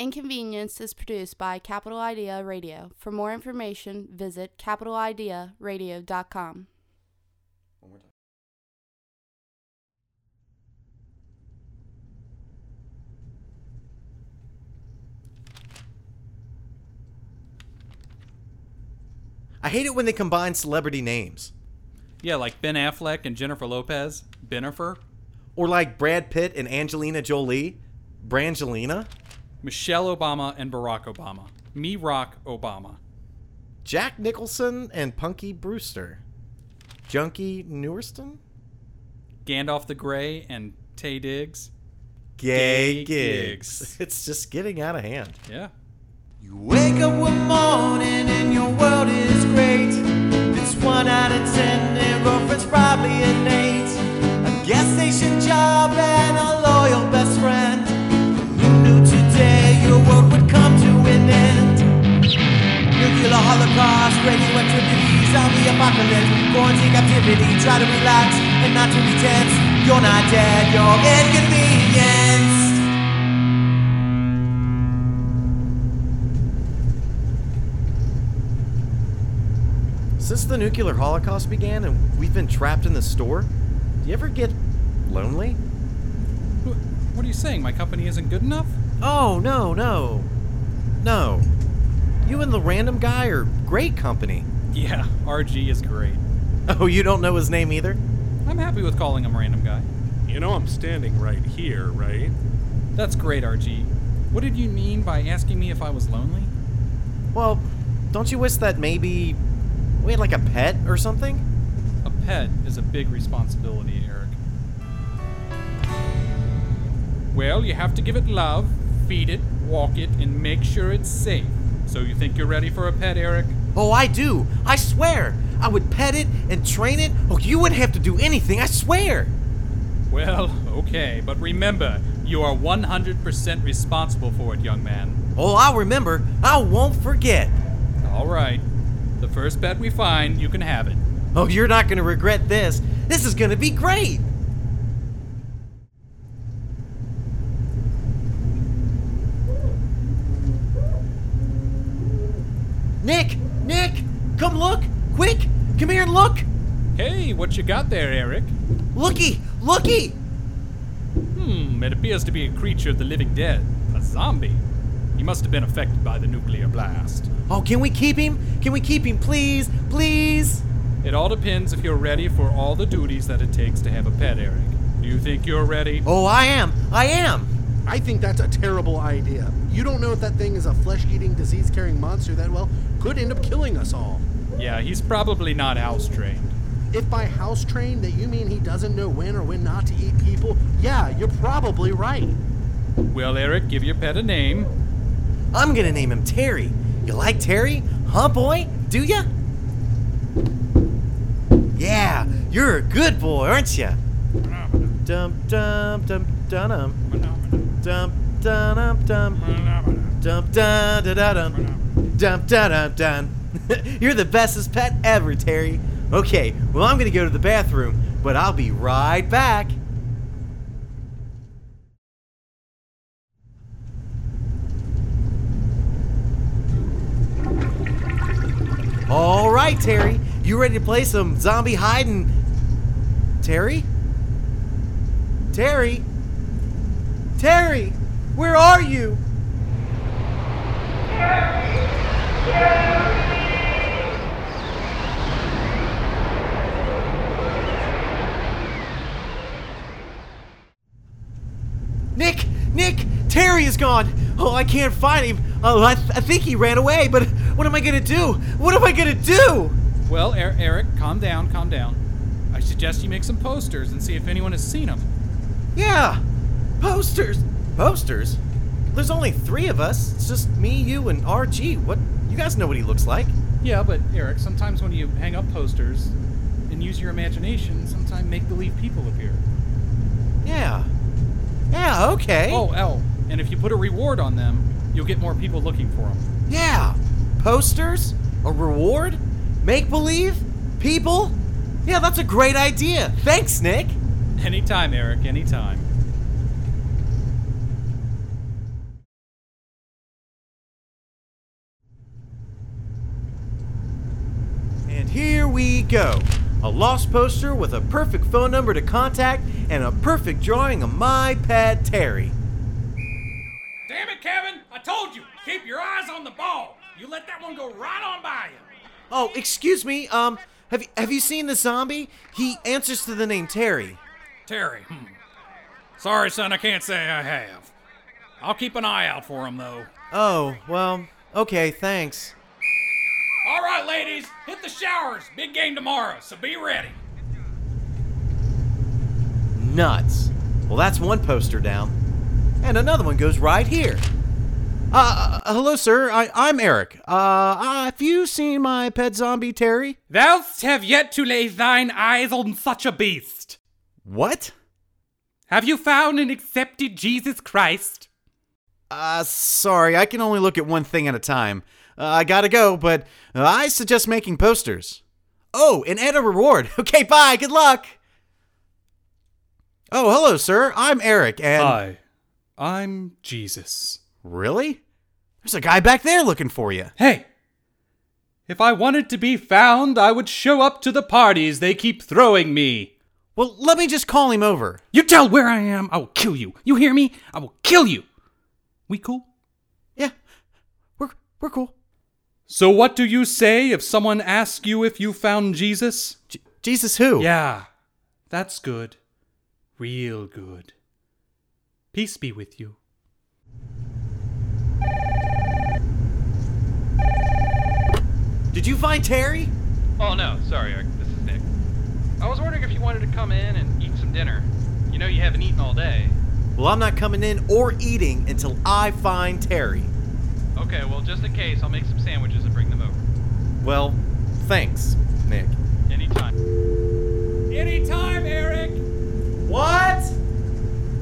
Inconvenience is produced by Capital Idea Radio. For more information, visit capitalidearadio.com. One more time. I hate it when they combine celebrity names. Yeah, like Ben Affleck and Jennifer Lopez. Benifer. Or like Brad Pitt and Angelina Jolie. Brangelina. Michelle Obama and Barack Obama. Me Rock Obama. Jack Nicholson and Punky Brewster. Junkie Newerston? Gandalf the Grey and Tay Diggs. Gay gigs. It's just getting out of hand. Yeah. You wake up one morning and your world is great. It's one out of ten, their girlfriend's probably an eight. A gas station job and a loyal best friend. Who knew today your world would come to an end? Nuclear holocaust, radioactivity, zombie apocalypse, quarantine captivity. Try to relax and not to be tense. You're not dead, you're inconvenienced. Since the nuclear holocaust began and we've been trapped in the store, do you ever get lonely? Wh- What are you saying? My company isn't good enough? Oh, no, no. No. You and the random guy are great company. Yeah, RG is great. Oh, you don't know his name either? I'm happy with calling him Random Guy. You know I'm standing right here, right? That's great, RG. What did you mean by asking me if I was lonely? Well, don't you wish that maybe we had like a pet or something? A pet is a big responsibility, Eric. Well, you have to give it love, feed it, walk it, and make sure it's safe. So you think you're ready for a pet, Eric? Oh, I do. I swear. I would pet it and train it. Oh, you wouldn't have to do anything. I swear. Well, okay, but remember, you are 100% responsible for it, young man. Oh, I'll remember. I won't forget. All right. The first pet we find, you can have it. Oh, you're not going to regret this. This is going to be great. Nick, Nick, come look. Quick, come here and look. Hey, what you got there, Eric? Looky, looky. Hmm, it appears to be a creature of the living dead, a zombie. He must have been affected by the nuclear blast. Oh, can we keep him? Can we keep him, please? Please? It all depends if you're ready for all the duties that it takes to have a pet, Eric. Do you think you're ready? Oh, I am. I am. I think that's a terrible idea. You don't know if that thing is a flesh eating, disease carrying monster that, well, could end up killing us all. Yeah, he's probably not house trained. If by house trained that you mean he doesn't know when or when not to eat people, yeah, you're probably right. Well, Eric, give your pet a name. I'm gonna name him Terry. You like Terry? Huh, boy? Do ya? Yeah, you're a good boy, aren't ya? Dum dum dum dum dum dum dum dum dum da da da dum dum da da dum. You're the bestest pet ever, Terry. Okay, well I'm gonna go to the bathroom, but I'll be right back. All right, Terry, you ready to play some zombie hide and Terry? Terry? Terry, where are you? Nick, Nick, Terry is gone. Oh, I can't find him. Oh, I, I think he ran away, but what am I gonna do? What am I gonna do? Well, er- Eric, calm down, calm down. I suggest you make some posters and see if anyone has seen them. Yeah, posters. Posters? There's only three of us. It's just me, you, and RG. What? You guys know what he looks like. Yeah, but Eric, sometimes when you hang up posters and use your imagination, sometimes make believe people appear. Yeah. Yeah, okay. Oh, L. And if you put a reward on them, you'll get more people looking for them. Yeah. Posters? A reward? Make believe? People? Yeah, that's a great idea. Thanks, Nick. Anytime, Eric, anytime. we go. A lost poster with a perfect phone number to contact and a perfect drawing of my pad Terry. Damn it, Kevin! I told you, keep your eyes on the ball. You let that one go right on by you. Oh, excuse me. Um, have you, have you seen the zombie? He answers to the name Terry. Terry, hmm. Sorry, son, I can't say I have. I'll keep an eye out for him, though. Oh, well, okay, thanks. All right, ladies, hit the showers. Big game tomorrow, so be ready. Nuts. Well, that's one poster down. And another one goes right here. Uh, uh, hello, sir. I, I'm Eric. Uh, uh, have you seen my pet zombie, Terry? Thou have yet to lay thine eyes on such a beast. What? Have you found and accepted Jesus Christ? Uh, sorry, I can only look at one thing at a time. Uh, I gotta go, but uh, I suggest making posters. Oh, and add a reward. Okay, bye. Good luck. Oh, hello, sir. I'm Eric, and I'm Jesus. really, there's a guy back there looking for you. Hey! If I wanted to be found, I would show up to the parties they keep throwing me. Well, let me just call him over. You tell where I am, I will kill you. You hear me? I will kill you. We cool? Yeah, we're we're cool. So, what do you say if someone asks you if you found Jesus? J- Jesus, who? Yeah, that's good. Real good. Peace be with you. Did you find Terry? Oh no, sorry, Eric. This is Nick. I was wondering if you wanted to come in and eat some dinner. You know you haven't eaten all day. Well, I'm not coming in or eating until I find Terry. Okay, well, just in case, I'll make some sandwiches and bring them over. Well, thanks, Nick. Anytime. Anytime, Eric! What?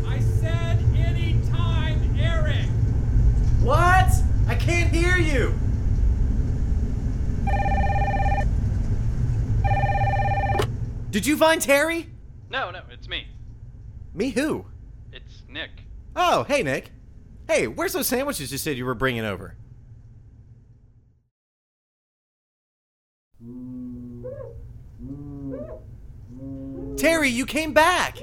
I said anytime, Eric! What? I can't hear you. Did you find Terry? No, no, it's me. Me who? It's Nick. Oh, hey, Nick. Hey, where's those sandwiches you said you were bringing over? Terry, you came back.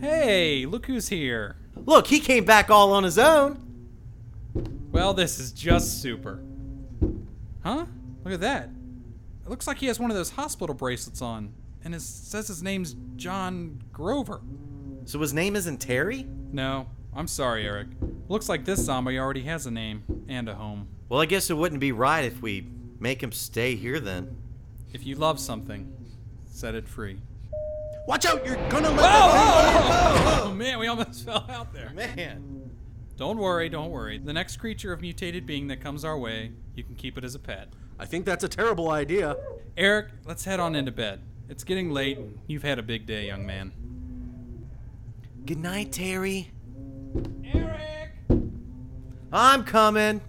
Hey, look who's here. Look, he came back all on his own. Well, this is just super. Huh? Look at that. It looks like he has one of those hospital bracelets on, and it says his name's John Grover. So his name isn't Terry? No, I'm sorry, Eric. Looks like this zombie already has a name and a home. Well, I guess it wouldn't be right if we make him stay here then. If you love something, set it free. Watch out, you're gonna let Whoa! that whoa, whoa, whoa. Oh, Man, we almost fell out there. Man. Don't worry, don't worry. The next creature of mutated being that comes our way, you can keep it as a pet. I think that's a terrible idea. Eric, let's head on into bed. It's getting late. and You've had a big day, young man. Good night, Terry. Eric! I'm coming.